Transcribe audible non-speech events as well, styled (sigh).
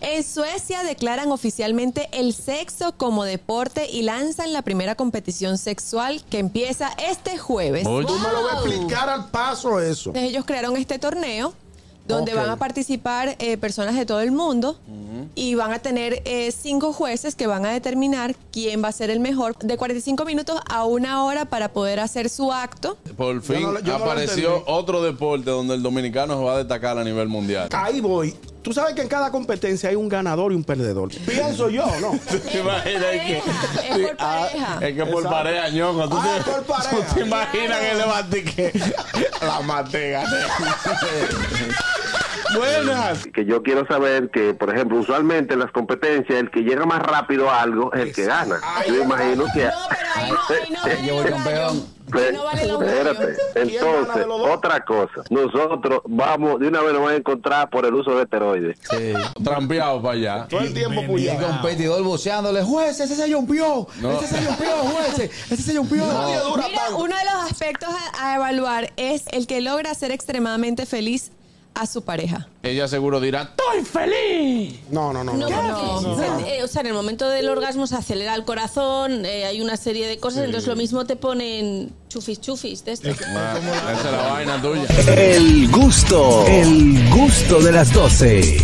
En Suecia declaran oficialmente el sexo como deporte y lanzan la primera competición sexual que empieza este jueves. Oye. Tú me lo vas a explicar al paso eso. Entonces, ellos crearon este torneo donde Ok. van a participar eh, personas de todo el mundo y van a tener eh, cinco jueces que van a determinar quién va a ser el mejor de 45 minutos a una hora para poder hacer su acto. Por fin no lo- yo no lo apareció entendí. otro deporte donde el dominicano se va a destacar a nivel mundial. Ahí voy. Tú sabes que en cada competencia hay un ganador y un perdedor. Pienso yo, ¿no? (laughs) ¿Te imaginas que- pareja, es por Ah, pareja. es que por Exacto. pareja, ñongo. ¿Tú, Ah, te, por pareja. tú te imaginas que le va a ti que la maté, gané. Buenas. que yo quiero saber que, por ejemplo, usualmente en las competencias, el que llega más rápido a algo es el que gana. Ay, Yo imagino que... pues, No, pero ahí (laughs) no, ahí no vale Yo voy los campeón. gallos. Ahí no vale los Espérate, gallos. gana de entonces, los dos? otra cosa. Nosotros vamos, de una vez nos van a encontrar por el uso de esteroides. Trampeado para allá. Todo el tiempo Y el puyado. competidor voceándole, juez, ese se yompió, No. ese se yompió, juez, ese se yompió. Nadie dura Mira, tanto. uno de los aspectos a, a evaluar es el que logra ser extremadamente feliz a su pareja. Ella seguro dirá, ¡estoy feliz! No, no, no. No, no. no. No. Eh, o sea, en el momento del orgasmo se acelera el corazón, eh, hay una serie de cosas, entonces lo mismo te ponen chufis chufis de esto. Ah, Esa es la vaina tuya. El gusto, el gusto de las 12.